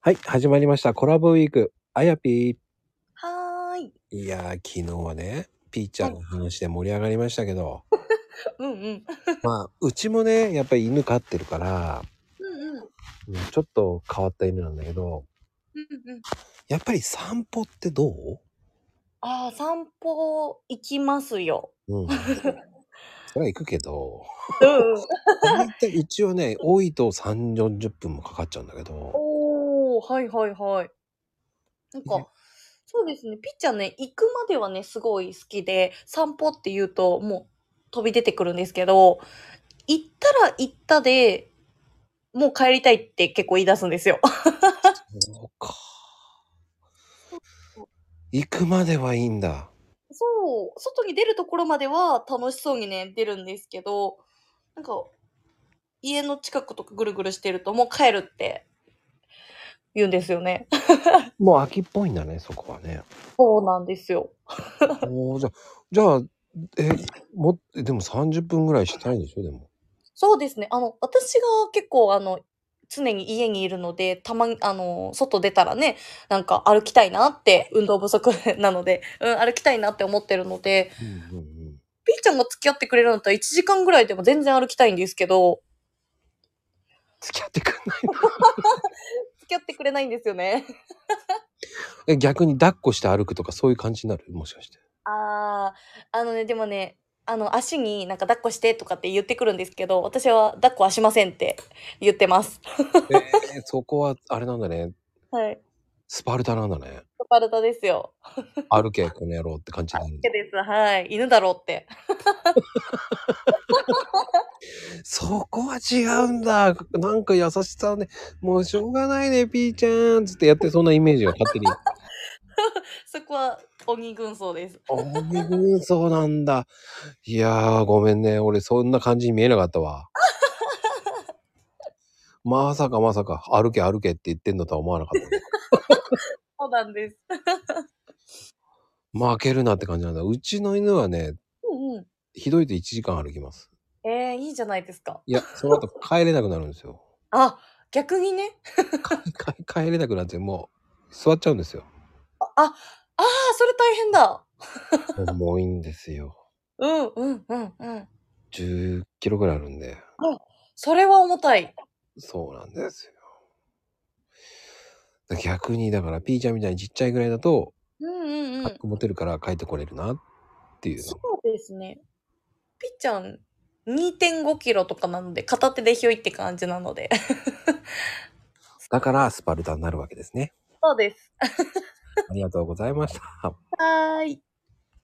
はい、始まりました。コラボウィーク。あやぴはーい。ー。いやー、昨日はね、ピーちゃんの話で盛り上がりましたけど、うんうん。まあ、うちもね、やっぱり犬飼ってるから、うんうん。うんちょっと変わった犬なんだけど、うんうん。やっぱり散歩ってどうああ、散歩行きますよ。うん。それは行くけど、うんうん。大体うちはね、多いと3、40分もかかっちゃうんだけど、おー、はいはいはい。なんねか、そうですね。ピッチャーね、行くまではね、すごい好きで、散歩って言うと、もう飛び出てくるんですけど、行ったら行ったで、もう帰りたいって結構言い出すんですよ。そうか。行くまではいいんだ。そう、外に出るところまでは楽しそうにね、出るんですけど、なんか、家の近くとかぐるぐるしてると、もう帰るって言うんですよね。もう秋っぽいんだね、そこはね。そうなんですよ。おーじゃあ、じゃあ、え、も、でも30分ぐらいしたいでしょ、でも。そうですね。あの、私が結構、あの、常に家にいるので、たまに、あの、外出たらね、なんか歩きたいなって、運動不足なので、うん、歩きたいなって思ってるので、うんうんうん。ピーちゃんが付き合ってくれるんだったら1時間ぐらいでも全然歩きたいんですけど、付き合ってくんないの付き合ってくれないんですよね。 え、逆に抱っこして歩くとかそういう感じになるもしかして。ああ、あのね、でもね、あの、足になんか抱っこしてとかって言ってくるんですけど、私は抱っこはしませんって言ってます。えーそこは、あれなんだね。はい。スパルタなんだね。スパルタですよ。歩け、この野郎って感じにな手る。です。はい。犬だろうって。そこは違うんだ。なんか優しさね。もうしょうがないね、ピーちゃん。つってやってそんなイメージが勝手に。そこは鬼軍曹です。鬼軍曹なんだ。いやー、ごめんね。俺、そんな感じに見えなかったわ。まさかまさか、歩け歩けって言ってんのとは思わなかったね。そうなんです。負けるなって感じなんだ。うちの犬はね、うんうん。ひどいと1時間歩きます。えー、いいじゃないですか。いや、その後帰れなくなるんですよ。あ、逆にね。か帰れなくなって、もう、座っちゃうんですよ。あ、ああー、それ大変だ。重いんですよ。うんうんうんうん。 10キロぐらいあるんで。それは重たい。そうなんですよ。だから逆に、だから、ピーちゃんみたいにちっちゃいぐらいだと、うんうんうん。持てるから帰ってこれるなっていうのそうですね。ピッちゃん、2.5キロとかなので、片手でひょいって感じなので。だからスパルタになるわけですね。そうです。ありがとうございました。はーい。